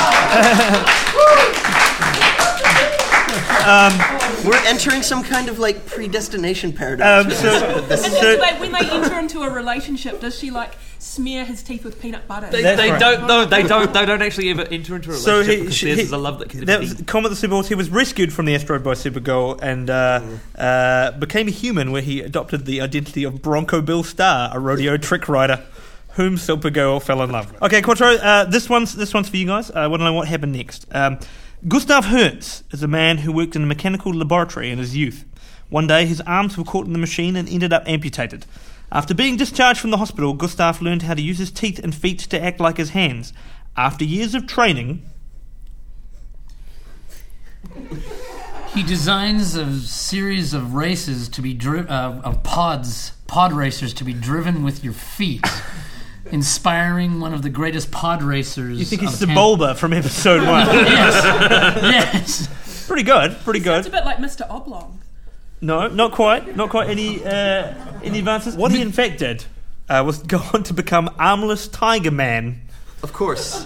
S8: We're entering some kind of like predestination paradox.
S2: Um, so,
S7: And then they, when they enter into a relationship, does she like smear his teeth with peanut butter?
S6: They,
S2: That's
S6: they
S2: right.
S6: don't no, they don't they don't actually ever enter into a relationship
S2: So he-
S6: because
S2: she-
S6: theirs
S2: he-
S6: is a love that can
S2: that was
S6: never be.
S2: Comet the Superhorse. He was rescued from the asteroid by Supergirl and uh, uh, became a human, where he adopted the identity of Bronco Bill Starr, a rodeo trick rider, whom Supergirl fell in love with. Okay, Quattro, uh, this one's this one's for you guys. I want to know what happened next. Um, Gustav Hertz is a man who worked in a mechanical laboratory in his youth. One day, his arms were caught in the machine and ended up amputated. After being discharged from the hospital, Gustav learned how to use his teeth and feet to act like his hands. After years of training,
S9: He designs a series of races to be dri- uh, of pods, pod racers to be driven with your feet, inspiring one of the greatest pod racers.
S2: You think he's
S9: of
S2: the
S9: Can-
S2: Bulba from episode one?
S9: Yes, yes.
S2: pretty good, pretty
S7: Sounds a
S2: good.
S7: bit like Mr. Oblong.
S2: No, not quite, not quite. Any uh, any advances? What he in fact did uh, was go on to become Armless Tiger Man.
S8: of course.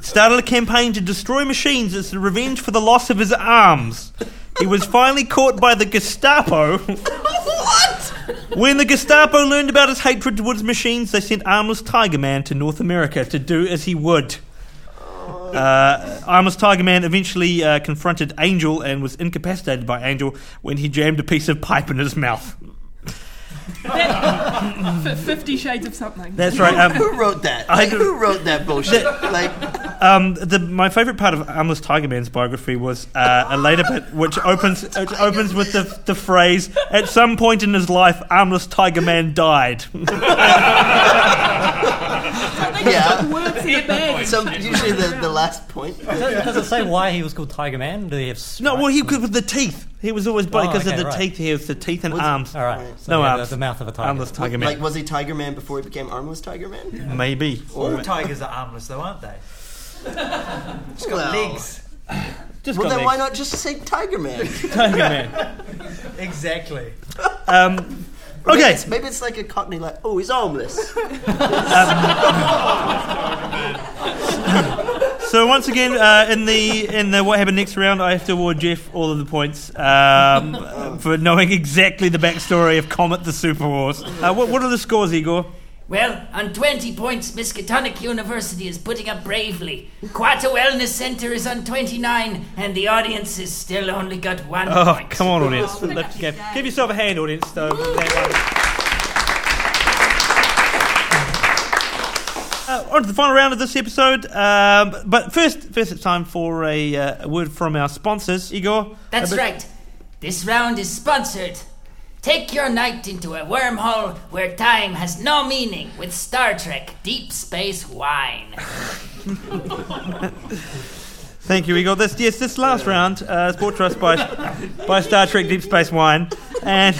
S2: Started a campaign to destroy machines as revenge for the loss of his arms. He was finally caught by the Gestapo.
S7: what?
S2: When the Gestapo learned about his hatred towards machines, they sent Armless Tiger Man to North America to do as he would. Uh, Armless Tiger Man eventually uh, confronted Angel and was incapacitated by Angel when he jammed a piece of pipe in his mouth.
S7: F- Fifty Shades of Something.
S2: That's right. Um,
S8: Who wrote that?
S2: I
S8: Like,
S2: don't-
S8: who wrote that bullshit? like,
S2: um, the, my favourite part of Armless Tiger Man's biography was uh, a later bit, which opens it opens with the, the phrase, "At some point in his life, Armless Tiger Man died."
S7: I think
S8: Yeah.
S7: it's got words in a bag.
S8: some usually the, the last point.
S5: Does it say why he was called Tiger Man? Do they have
S2: No, well,
S5: stripes?
S2: he could with the teeth. He was always because
S5: okay,
S2: of the
S5: right.
S2: teeth. He Oh, was the teeth and arms.
S5: All right. So
S2: No uh,
S5: no, the,
S2: arms.
S5: the mouth of a tiger.
S2: Armless Tiger Man.
S8: Like, was he Tiger Man before he became Armless Tiger Man?
S2: Maybe.
S4: All tigers are armless, though, aren't they?
S8: He's
S2: Oh.
S8: got
S4: Legs.
S2: Just
S8: Well,
S2: got
S8: then
S2: legs.
S8: why not just say Tiger Man?
S2: Tiger Man.
S4: Exactly.
S2: Um,
S8: Maybe
S2: okay.
S8: it's, maybe it's like a Cockney, like, oh, he's armless.
S2: So once again, uh, in the in the what happened next round, I have to award Jeff all of the points um, for knowing exactly the backstory of Comet the Super Horse. Uh, what, what are the scores, Igor?
S3: Well, on 20 points, Miskatonic University is putting up bravely. Quattro Wellness Center is on 29, and the audience has still only got one
S2: Oh,
S3: point.
S2: come on, audience! Lift your game. Give yourself a hand, audience. Though. Uh, Uh, on to the final round of this episode, um, but first, first it's time for a, uh, a word from our sponsors. Igor,
S3: That's
S2: a bit-
S3: right. This round is sponsored. Take your night into a wormhole where time has no meaning with Star Trek Deep Space Wine.
S2: Thank you, Igor. This yes, this last round uh, is brought to us by by Star Trek Deep Space Wine, and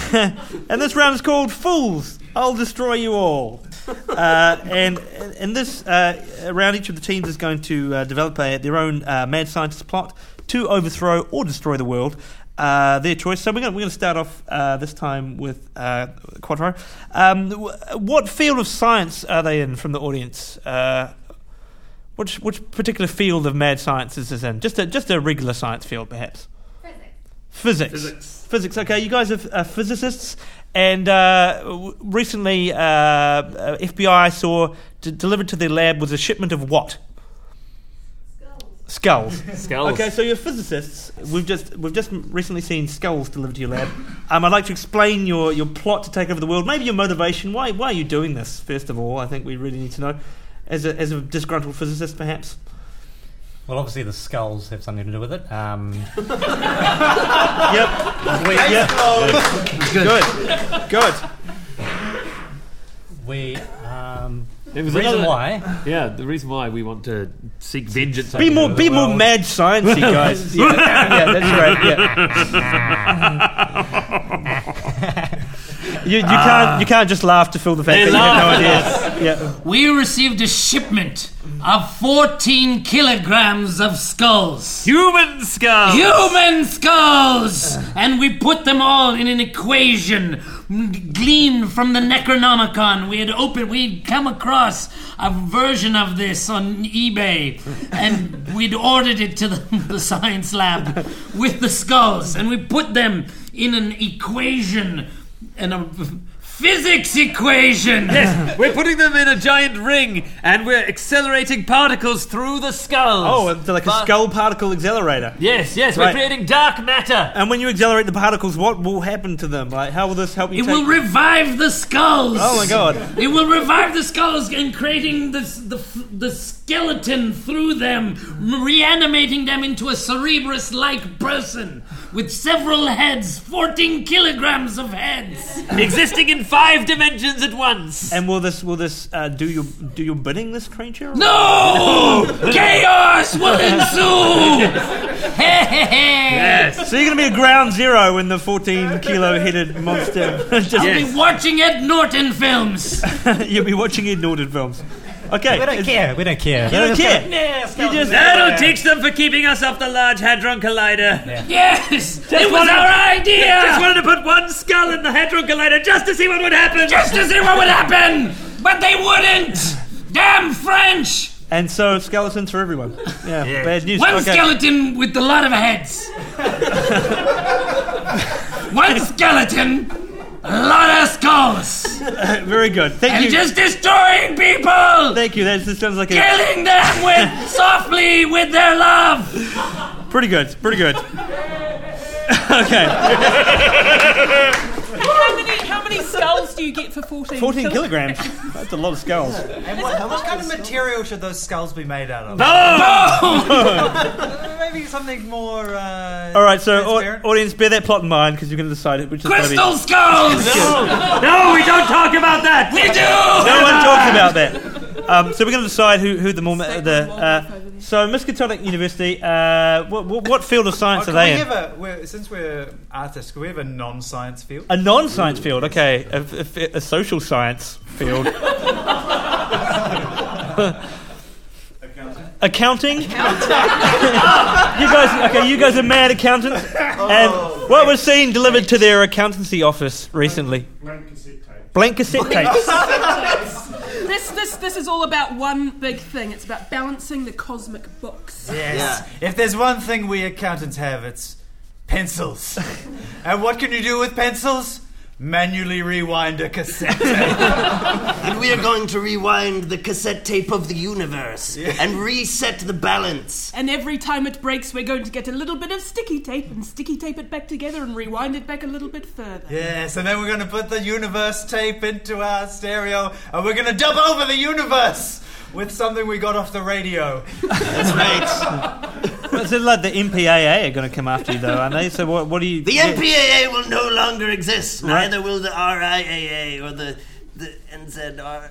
S2: and this round is called Fools. I'll destroy you all. Uh, and and this uh, around each of the teams is going to uh, develop a, their own uh, mad scientist plot to overthrow or destroy the world. Uh, their choice. So we're going we're to start off uh, this time with uh, Quattro. Um, w- what field of science are they in from the audience? Uh, which which particular field of mad science is this in? Just a just a regular science field, perhaps. Physics.
S6: Physics.
S2: Physics. Okay, you guys are, are physicists, and uh, w- recently uh, uh, FBI saw d- delivered to their lab was a shipment of what? Skulls. Skulls.
S6: Skulls.
S2: Okay, so you're physicists. We've just we've just recently seen skulls delivered to your lab. Um, I'd like to explain your, your plot to take over the world. Maybe your motivation. Why why are you doing this? First of all, I think we really need to know, as a, as a disgruntled physicist, perhaps.
S5: Well, obviously the skulls have something to do with it. Um,
S2: Yep. We, yeah. Good. Good.
S5: we um,
S6: It was
S5: reason
S6: another-
S5: why
S6: Yeah, the reason why we want to seek vengeance.
S2: Be more, be more mad sciencey, guys. yeah, yeah, that's right. Yeah. you you can't you can't just laugh to fill the fact
S6: They
S2: that you have no idea. Yeah.
S9: We received a shipment of 14 kilograms of skulls.
S6: Human skulls.
S9: Human skulls! And we put them all in an equation gleaned from the Necronomicon. We had opened, we'd come across a version of this on eBay, and we'd ordered it to the, the science lab with the skulls, and we put them in an equation, and a physics equation.
S6: We're putting them in a giant ring and we're accelerating particles through the skulls.
S2: Oh, it's like a
S6: But-
S2: skull particle accelerator.
S6: yes, yes,
S2: Right.
S6: we're creating dark matter.
S2: And when you accelerate the particles, what will happen to them? Like, how will this help you?
S9: It
S2: take-
S9: will revive the skulls.
S2: oh my god.
S9: It will revive the skulls and creating the, the, the skeleton through them, reanimating them into a Cerebrus like person with several heads, 14 kilograms of heads.
S6: Existing in five dimensions at once.
S2: And will this will this uh, do your do your bidding? This creature?
S9: No! Chaos will ensue! Hey, hey, hey.
S2: So you're gonna be a ground zero in the 14 kilo headed monster. just,
S9: I'll be watching Ed Norton films.
S2: You'll be watching Ed Norton films. Okay.
S5: we don't
S2: it's-
S5: care. We don't care.
S2: You don't care. You just-
S6: That'll teach them for keeping us off the Large Hadron Collider.
S9: Yes! it was our idea!
S6: Just wanted to put one skull in the Hadron Collider just to see what would happen.
S9: just to see what would happen! But they wouldn't! Damn French!
S2: And so skeletons for everyone. Yeah, bad news.
S9: One
S2: Okay.
S9: skeleton with a lot of heads. One skeleton, a lot of skulls.
S2: Very good. Thank
S9: And
S2: you.
S9: just destroying people!
S2: Thank you. That just sounds like a
S9: Killing them with softly with their love!
S2: pretty good. Pretty good. okay,
S10: How many, how many skulls do you get for 14?
S2: 14
S10: kil-
S2: kilograms. That's a lot of skulls.
S4: And what, what kind of material should those skulls be made out of? Maybe something more. Uh,
S2: All right, so au-
S4: transparent?
S2: audience, bear that plot in mind because you're going to decide it, which is going to be.
S9: Crystal skulls!
S6: No, we don't talk about that.
S9: We do!
S2: No one talks about that. Um, so we're going to decide who, who the more ma- the. Uh, so Miskatonic University. Uh, what, what, what field of
S4: Oh,
S2: science
S4: can
S2: are they
S4: we
S2: in?
S4: have a, we're, since we're artists, can we have a non-science field?
S2: A non-science field, okay. A, a- a social science field. Accounting. you guys, okay? You guys are mad accountants. And what was seen delivered to their accountancy office recently? Blank cassette tapes. Blank cassette tapes.
S7: This, this, this is all about one big thing. It's about balancing the cosmic books.
S4: Yes. If there's one thing we accountants have, it's pencils. and what can you do with pencils? Manually rewind a cassette.
S8: And we are going to rewind the cassette tape of the universe and reset the balance.
S7: And every time it breaks, we're going to get a little bit of sticky tape and sticky tape it back together and rewind it back a little bit further.
S4: yes, and then we're going to put the universe tape into our stereo and we're going to dub over the universe with something we got off the radio.
S8: That's right.
S2: It's like the MPAA are going to come after you, though, aren't they? So what? What do you?
S8: The MPAA will no longer exist.
S2: Right.
S8: Neither will the RIAA or the the NZR.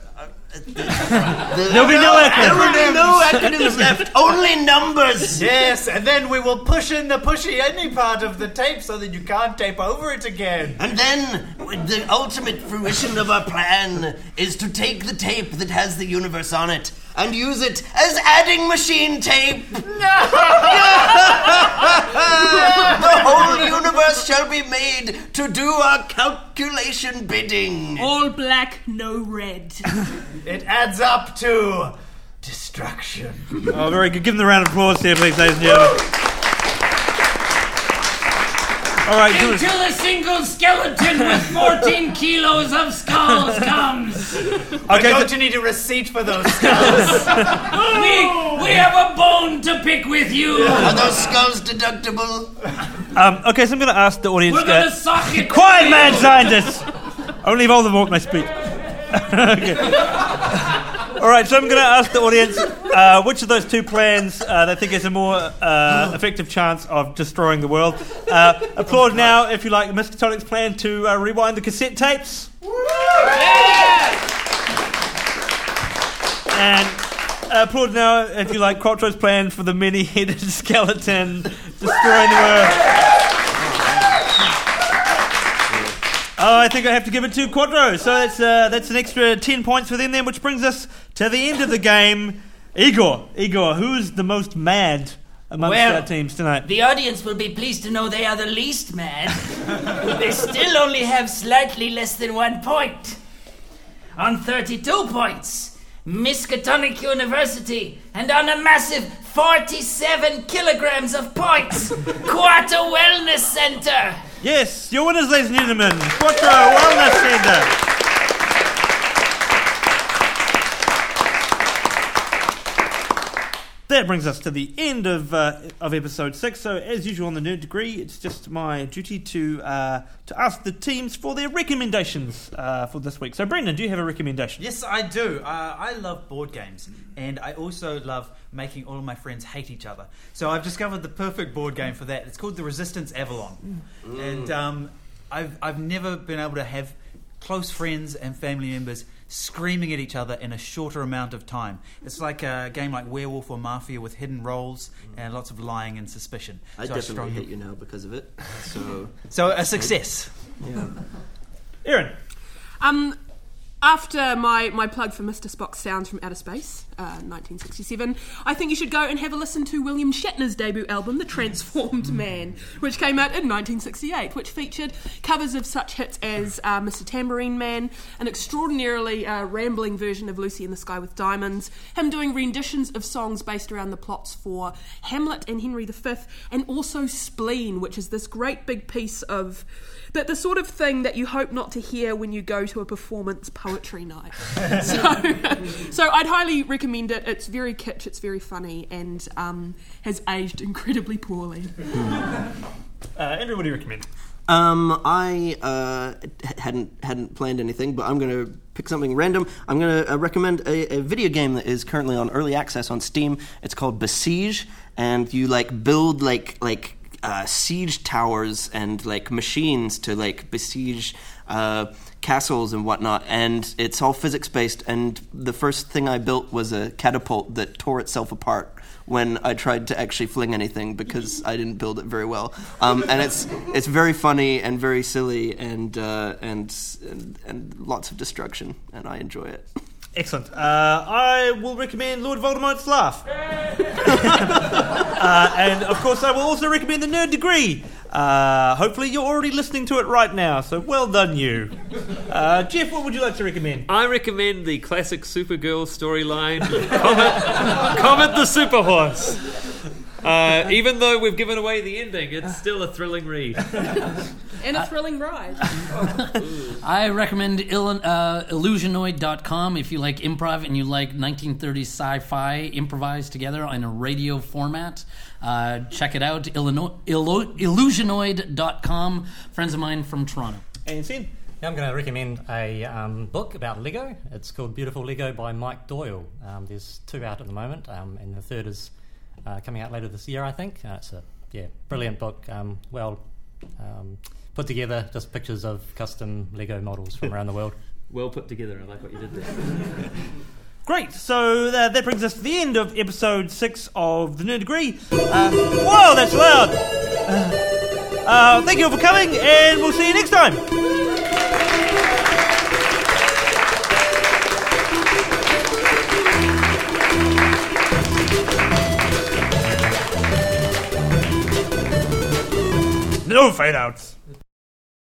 S8: There'll
S2: be no acronyms.
S8: There will be no acronyms left. Only numbers.
S4: Yes, and then we will push in the pushy any part of the tape so that you can't tape over it again.
S8: And then the ultimate fruition of our plan is to take the tape that has the universe on it and use it as adding machine tape. the whole universe shall be made to do our calculation bidding.
S10: All black, no red.
S4: It adds up to destruction.
S2: Oh, very good. Give them the round of applause here, please, ladies and gentlemen. All right, do it.
S9: Until a single skeleton with 14 kilos of skulls comes,
S2: okay.
S4: Don't
S2: so-
S4: you need a receipt for those skulls?
S9: we, we have a bone to pick with you.
S8: Are those skulls deductible?
S2: Um, okay, so I'm going to ask the audience.
S9: We're gonna
S2: Uh,
S9: sock it.
S2: quiet man signed this. Only Voldemort can I speak. Okay. All right, so I'm going to ask the audience uh, which of those two plans uh, they think is a more uh, effective chance of destroying the world. Uh, applaud now if you like Mr. Tonic's plan to uh, rewind the cassette tapes. And applaud now if you like Quattro's plan for the many-headed skeleton destroying the world. Oh, I think I have to give it to Quadro. So that's uh, that's an extra ten points within them, which brings us to the end of the game. Igor, Igor, who's the most mad amongst
S3: Well-
S2: our teams tonight?
S3: The audience will be pleased to know they are the least mad. they still only have slightly less than one point. On 32 points, Miskatonic University, and on a massive 47 kilograms of points, Quata Wellness Center.
S2: Yes, your winners, ladies and gentlemen, Quadro Wellness Center. That brings us to the end of uh, of episode six. So, as usual on the Nerd Degree, it's just my duty to uh, to ask the teams for their recommendations uh, for this week. So, Brendan, do you have a recommendation?
S4: Yes, I do. Uh, I love board games, and I also love making all of my friends hate each other. So I've discovered the perfect board game for that. It's called the Resistance Avalon,
S8: Mm.
S4: and um, I've I've never been able to have close friends and family members screaming at each other in a shorter amount of time. It's like a game like Werewolf or Mafia with hidden roles and lots of lying and suspicion.
S8: Mm. I
S4: So
S8: definitely
S4: strongly-
S8: hate you now because of it. So
S4: So a success.
S2: Aaron.
S7: Um, after my, my plug for Mr. Spock's Sounds from Outer Space, uh, 1967, I think you should go and have a listen to William Shatner's debut album, The Transformed Man, which came out in 1968, which featured covers of such hits as uh, Mr. Tambourine Man, an extraordinarily uh, rambling version of Lucy in the Sky with Diamonds, him doing renditions of songs based around the plots for Hamlet and Henry V, and also Spleen, which is this great big piece of but the sort of thing that you hope not to hear when you go to a performance poetry night. so, so I'd highly recommend it. It's very kitsch, it's very funny, and um, has aged incredibly poorly.
S2: Uh, Andrew, what do you recommend?
S8: Um, I uh, h- hadn't hadn't planned anything, but I'm gonna pick something random. I'm gonna uh, recommend a, a video game that is currently on early access on Steam. It's called Besiege, and you like build like like uh, siege towers and like machines to like besiege uh, castles and whatnot. And it's all physics based. And the first thing I built was a catapult that tore itself apart when I tried to actually fling anything because I didn't build it very well. Um, and it's it's very funny and very silly and, uh, and and and lots of destruction, and I enjoy it.
S2: Excellent. Uh, I will recommend Lord Voldemort's Laugh. uh, and of course, I will also recommend The Nerd Degree. Uh, hopefully, you're already listening to it right now, so well done, you. Uh, Jeff, what would you like to recommend?
S6: I recommend the classic Supergirl storyline Comet, Comet the Superhorse. Uh, even though we've given away the ending, it's still a thrilling read.
S7: And a thrilling ride.
S9: I recommend Ill- uh, illusionoid.com if you like improv and you like 1930s sci fi improvised together in a radio format. Uh, check it out, Illino- Illo- illusionoid.com. Friends of mine from Toronto.
S2: And Sin.
S5: Now I'm going to recommend a um, book about Lego. It's called Beautiful Lego by Mike Doyle. Um, there's two out at the moment, um, and the third is uh, coming out later this year, I think. Uh, it's a yeah, brilliant book. Um, well um, put together, just pictures of custom Lego models from around the world.
S6: Well put together. I like what you did there.
S2: Great. So uh, that, that brings us to the end of episode six of the Nerd Degree. Uh, whoa, that's loud. Uh, uh, thank you all for coming, and we'll see you next time. No fade outs.